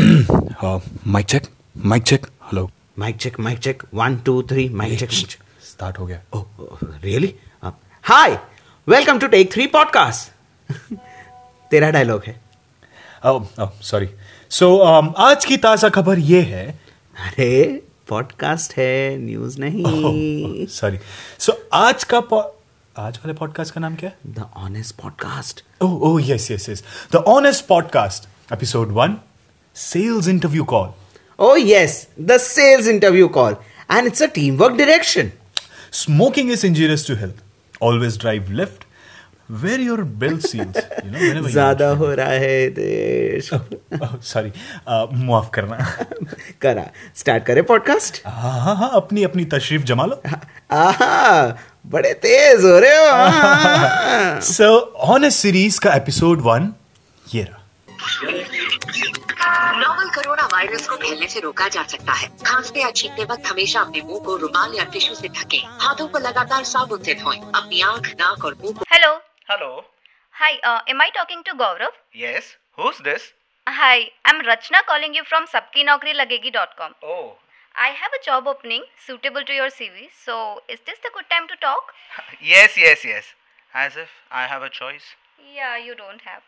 uh, mic check, mic check. Hello. Mic check mic check one two three mic check Start हो गया. Oh really hi welcome to take three podcast तेरा dialogue है Oh, oh, sorry. So um, आज की ताजा खबर ये है. अरे पॉडकास्ट है न्यूज नहीं Oh, Sorry. So आज का po- आज वाले पॉडकास्ट का नाम क्या है? The honest podcast Oh, oh, yes, yes, yes. The Honest Podcast, episode one, sales interview call. Oh yes the sales interview call and it's a team work direction Smoking is injurious to health. Always drive left. Wear your belt seals. You know, whenever you- ज्यादा हो रहा है देश Oh, sorry. Uh, माफ करना करा start करे podcast हाँ हाँ हाँ अपनी अपनी तशरीफ जमा लो आहा बड़े तेज हो रहे हो आहा। सो ऑनेस्ट सीरीज का एपिसोड वन ये रहा नोवल कोरोना वायरस को फैलने से रोका जा सकता है खांसते या छींकते वक्त हमेशा अपने मुंह को रुमाल या टिश्यू से ढकें। हाथों को लगातार साबुन से धोएं। अपनी आंख नाक और मुंह को Hello. Hello. Hi, uh, am I talking to Gaurav? Yes. Who's this? Hi, I'm Rachna calling you from sabkinaukriLagegi.com. Oh, I have a job opening suitable to your CV, so is this the good time to talk? yes, yes, yes. As if I have a choice. Yeah, you don't have.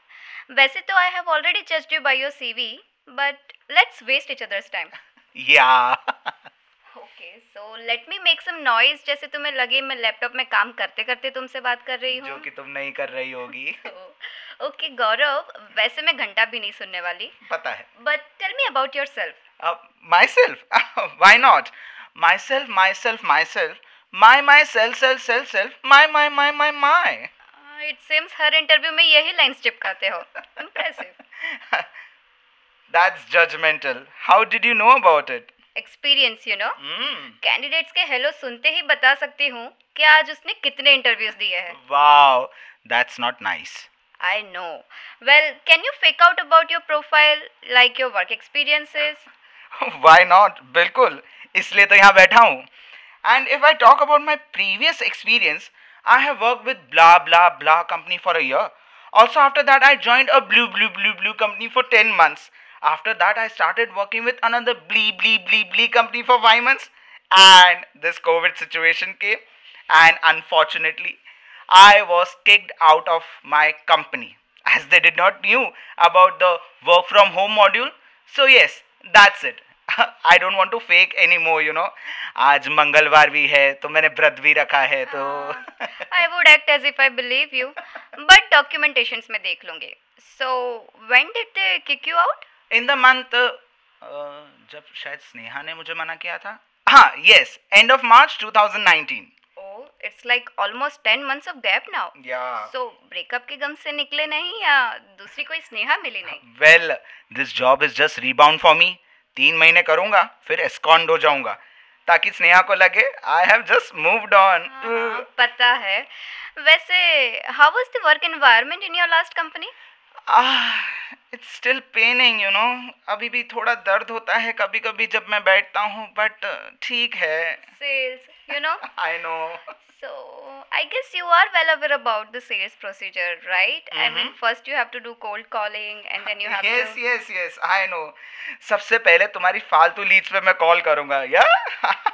वैसे तो I have already judged you by your CV, but let's waste each other's time. Yeah. Okay, so let me make some noise जैसे तुम्हें लगे मैं laptop में काम करते करते तुमसे बात कर रही जो हूँ कि तुम नहीं कर रही होगी ओके गौरव वैसे मैं घंटा भी नहीं सुनने वाली पता है but tell me about yourself my self why not my self my self my self my my self self self self my my my my my it Uh, seems हर इंटरव्यू में यही lines चिपकाते हो impressive that's judgemental how did you know about it experience you know Hmm. Candidates के hello सुनते ही बता सकती हूँ कि आज उसने कितने इंटरव्यूज दिए हैं wow that's not nice I know well can you fake out about your profile like your work experiences why not बिल्कुल इसलिए तो यहाँ बैठा हूँ and if I talk about my previous experience I have work with blah blah blah company for a year also after that I joint a blue blue blue blue company for ten months after that I started working with another bli ब्ली ब्ली ब्ली company for five months and this covid situation came and unfortunately I was kicked out of my company as they did not knew about the work from home module. So yes, that's it. I don't want to fake anymore, you know. आज मंगलवार भी है तो मैंने व्रत भी रखा है तो I would act as if I believe you but documentations में देख लूंगी so when did they kick you out in the month uh, जब शायद स्नेहा ने मुझे मना किया था हाँ yes end of March 2019 oh it's like almost ten months of gap now या सो ब्रेकअप के गम से निकले नहीं या दूसरी कोई स्नेहा मिली नहीं well this job is just rebound for me तीन महीने करूंगा फिर एस्कॉन्ड हो जाऊंगा ताकि स्नेहा को लगे I have just moved on हाँ, पता है वैसे how was the work environment in your last company Ah, it's still paining you know अभी भी थोड़ा दर्द होता है कभी कभी जब मैं बैठता हूँ बट ठीक है sales you know I know so I guess you are well aware about the sales procedure right I mean first you have to do cold calling and then you have yes yes yes I know सबसे पहले तुम्हारी फालतू leads पे मैं call करूंगा या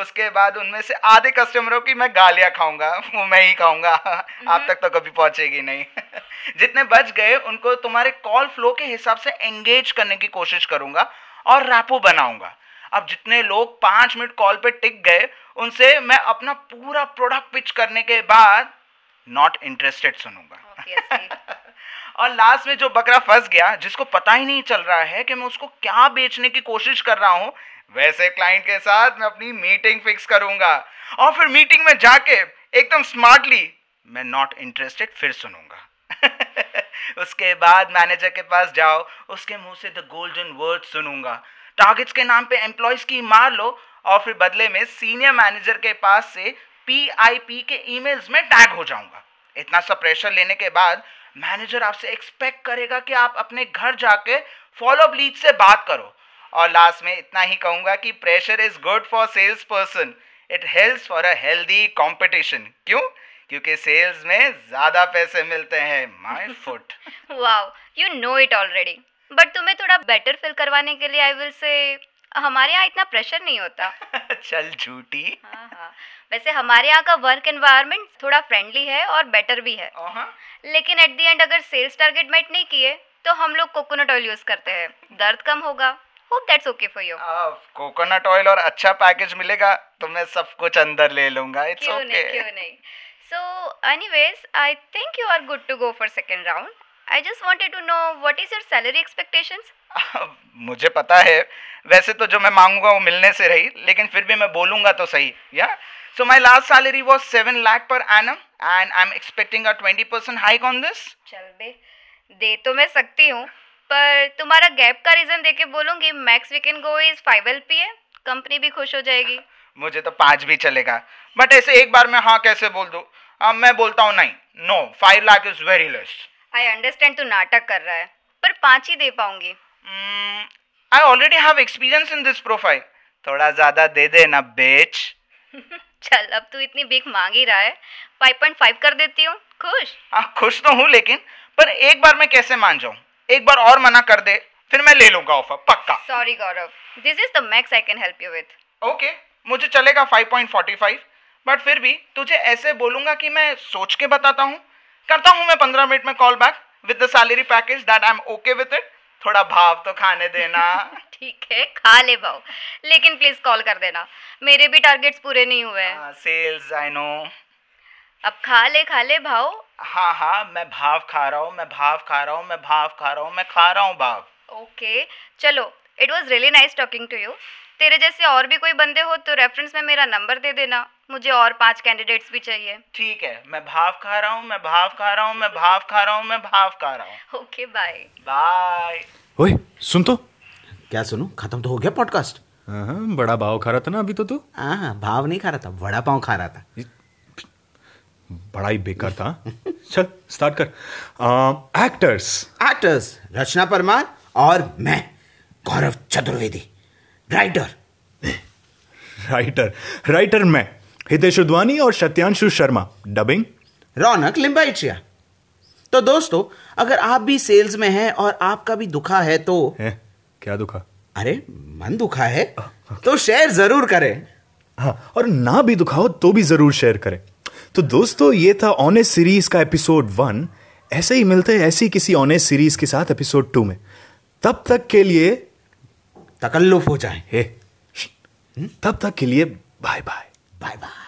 उसके बाद उनमें से आधे कस्टमरों की मैं गालियां खाऊंगा वो मैं ही खाऊंगा आप तक तो कभी पहुंचेगी नहीं जितने बच गए उनको तुम्हारे कॉल फ्लो के हिसाब से एंगेज करने की कोशिश करूंगा और रैपो बनाऊंगा अब जितने लोग पाँच मिनट कॉल पे टिक गए उनसे मैं अपना पूरा प्रोडक्ट पिच करने के बाद नॉट इंटरेस्टेड सुनूंगा ऑब्वियसली और लास्ट में जो बकरा फंस गया जिसको पता ही नहीं चल रहा है कि मैं उसको क्या बेचने की कोशिश कर रहा हूँ वैसे क्लाइंट के साथ मैं अपनी मीटिंग फिक्स करूंगा और फिर मीटिंग में जाके एकदम स्मार्टली मैं नॉट इंटरेस्टेड फिर सुनूंगा उसके बाद मैनेजर के पास जाओ उसके मुंह से द गोल्डन वर्ड सुनूंगा टारगेट्स के नाम पे एम्प्लॉयज की मार लो और फिर बदले में सीनियर मैनेजर के पास से पीआईपी के ईमेल्स में टैग हो जाऊंगा इतना सा प्रेशर लेने के बाद मैनेजर आपसे एक्सपेक्ट करेगा कि आप अपने घर जाके फॉलो लीड से बात करो और लास्ट में इतना ही कहूंगा कि pressure is good for sales person it helps for a healthy competition क्यों क्योंकि सेल्स में ज्यादा पैसे मिलते हैं my foot wow you know it already but तुम्हें थोड़ा बेटर फील करवाने के लिए आई विल से हमारे यहाँ इतना प्रेशर नहीं होता चल झूठी हाँ हाँ वैसे हमारे यहाँ का वर्क एनवायरनमेंट थोड़ा फ्रेंडली है और बेटर भी है ओहा, लेकिन एट द एंड अगर सेल्स टारगेट मेट नहीं किए तो हम लोग कोकोनट ऑयल यूज़ करते हैं दर्द कम होगा hope that's okay for you अब कोकोनट ऑयल और अच्छा पैकेज मिलेगा तो मैं सब कुछ अंदर ले लूंगा इट्स क्यों नहीं ओके क्यों नहीं so anyways I think you are good to go for second round I just wanted to know what is your salary expectations अब मुझे पता है वैसे तो जो मैं मांगूंगा वो मिलने से रही लेकिन फिर भी मैं बोलूंगा तो सही या so my last salary was seven lakh per annum and I am expecting a twenty percent hike on this चल बे दे तो मैं सकती हूँ पर तुम्हारा गैप का रीज़न दे के बोलूँगी max we can go is five L P है कंपनी भी खुश हो जाएगी मुझे तो पाँच भी चलेगा बट ऐसे एक बार मैं हाँ कैसे बोल दूँ अब मैं बोलता हूँ नहीं no five lakh is very less I understand तू नाटक कर रहा है पर पाँच ही दे पाऊंगी Hmm, I already have experience in this profile थोड़ा ज़्यादा दे देना बेच चल अब तू इतनी भीख मांग ही रहा है फाइव पॉइंट फाइव कर देती हूँ खुश हाँ खुश तो हूँ लेकिन पर एक बार मैं कैसे मान जाऊँ एक बार और मना कर दे फिर मैं ले लूंगा ऑफर पक्का sorry Gaurav this is the max I can help you with okay मुझे चलेगा 5.45 बट फिर भी तुझे ऐसे बोलूंगा कि मैं सोच के बताता हूँ करता हूँ मैं 15 मिनट में call back with the salary package that I am okay with it थोड़ा भाव तो खाने देना ठीक है खा ले भाव लेकिन प्लीज़ कॉल कर देना मेरे भी टारगेट्स पूरे नहीं हुए हाँ। हैं सेल्स आई नो अब खा ले खा ले भाव हाँ हाँ मैं भाव खा रहा हूँ मैं भाव खा रहा हूँ मैं भाव खा रहा हूँ मैं खा रहा हूँ भाव ओके चलो it was really nice talking to you तेरे जैसे और भी कोई बंदे हो तो रेफरेंस में मेरा नंबर दे देना मुझे और पांच कैंडिडेट्स भी चाहिए ठीक है मैं भाव खा रहा हूँ मैं भाव खा रहा हूँ मैं भाव खा रहा हूँ मैं भाव खा रहा हूँ ओके बाय बाय ओए सुन तो क्या सुनो खत्म तो हो गया पॉडकास्ट हाँ, बड़ा भाव खा रहा था ना अभी तो तू हाँ भाव नहीं खा रहा था वड़ा पाव खा रहा था बड़ा ही बेकार था चल Um, स्टार्ट कर एक्टर्स एक्टर्स रचना परमार और मैं Gaurav Chaturvedi writer writer writer मैं हितेश उद्वानी और सत्यांशु शर्मा डबिंग रौनक लिम्बाइचिया तो दोस्तों अगर आप भी सेल्स में हैं और आपका भी दुखा है तो है क्या दुखा अरे मन दुखा है तो शेयर जरूर करें हाँ और ना भी दुखाओ तो भी जरूर शेयर करें तो दोस्तों ये था ऑनेस्ट सीरीज का एपिसोड वन ऐसे ही मिलते हैं ऐसी किसी ऑनेस्ट सीरीज के साथ एपिसोड टू में तब तक के लिए तकल्लुफ हो जाए हे, तब तक के लिए बाय बाय बाय बाय